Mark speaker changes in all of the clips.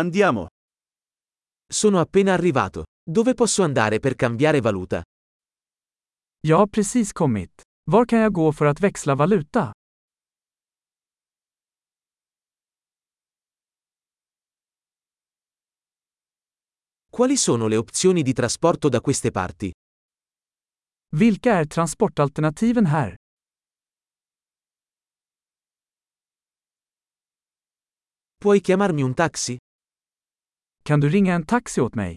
Speaker 1: Andiamo.
Speaker 2: Sono appena arrivato. Dove posso andare per cambiare valuta?
Speaker 3: Jag har precis kommit. Var kan jag gå för att växla valuta?
Speaker 2: Quali sono le opzioni di trasporto da queste parti?
Speaker 3: Vilka är transportalternativen här?
Speaker 2: Puoi chiamarmi un taxi?
Speaker 3: Kan du ringa en taxi åt mig?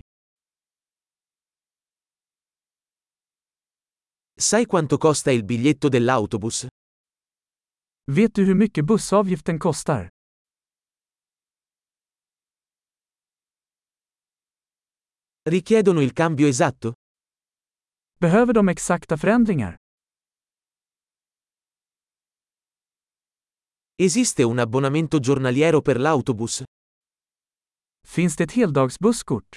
Speaker 2: Sai quanto costa il biglietto dell'autobus?
Speaker 3: Vet du hur mycket bussavgiften kostar?
Speaker 2: Richiedono il cambio esatto?
Speaker 3: Behöver de exakta förändringar?
Speaker 2: Esiste un abbonamento giornaliero per l'autobus?
Speaker 3: Finns det ett heldagsbusskort?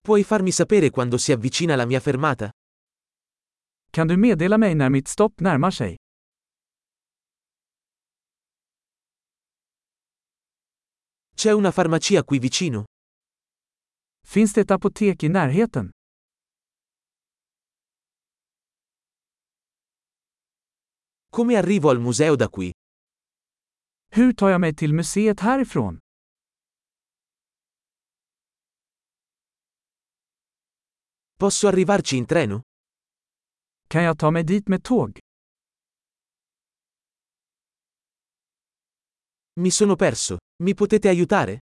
Speaker 2: Puoi farmi sapere quando si avvicina la mia fermata?
Speaker 3: Kan du meddela mig när mitt stopp närmar sig?
Speaker 2: C'è una farmacia qui vicino?
Speaker 3: Finns det ett apotek i närheten?
Speaker 2: Come arrivo al museo da qui?
Speaker 3: Hur tar jag mig till museet härifrån?
Speaker 2: Posso arrivarci in treno?
Speaker 3: Kan jag ta mig dit med tåg?
Speaker 2: Mi sono perso. Mi potete aiutare?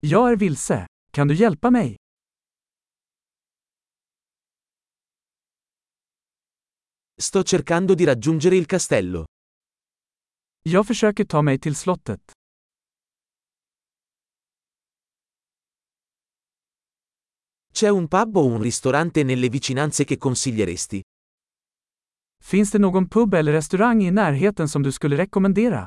Speaker 3: Jag är vilse. Kan du hjälpa mig?
Speaker 2: Sto cercando di raggiungere il castello.
Speaker 3: Jag försöker ta mig till slottet.
Speaker 2: C'è un pub o un ristorante nelle vicinanze che consiglieresti?
Speaker 3: Finns det någon pub eller restaurang i närheten som du skulle rekommendera?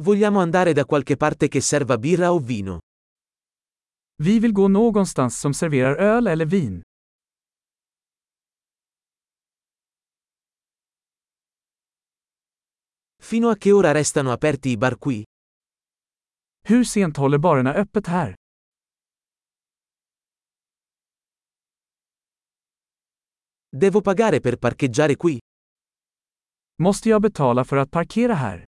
Speaker 2: Vogliamo andare da qualche parte che serva birra o vino.
Speaker 3: Vi vill gå någonstans som serverar öl eller vin.
Speaker 2: Fino a che ora restano aperti i bar qui?
Speaker 3: Hur sent håller barerna öppet här?
Speaker 2: Devo pagare per parcheggiare qui?
Speaker 3: Måste jag betala för att parkera här?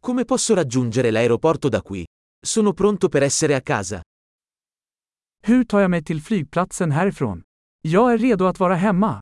Speaker 2: Come posso raggiungere l'aeroporto da qui? Sono pronto per essere a casa.
Speaker 3: Hur tar jag mig till flygplatsen härifrån? Jag är redo att vara hemma.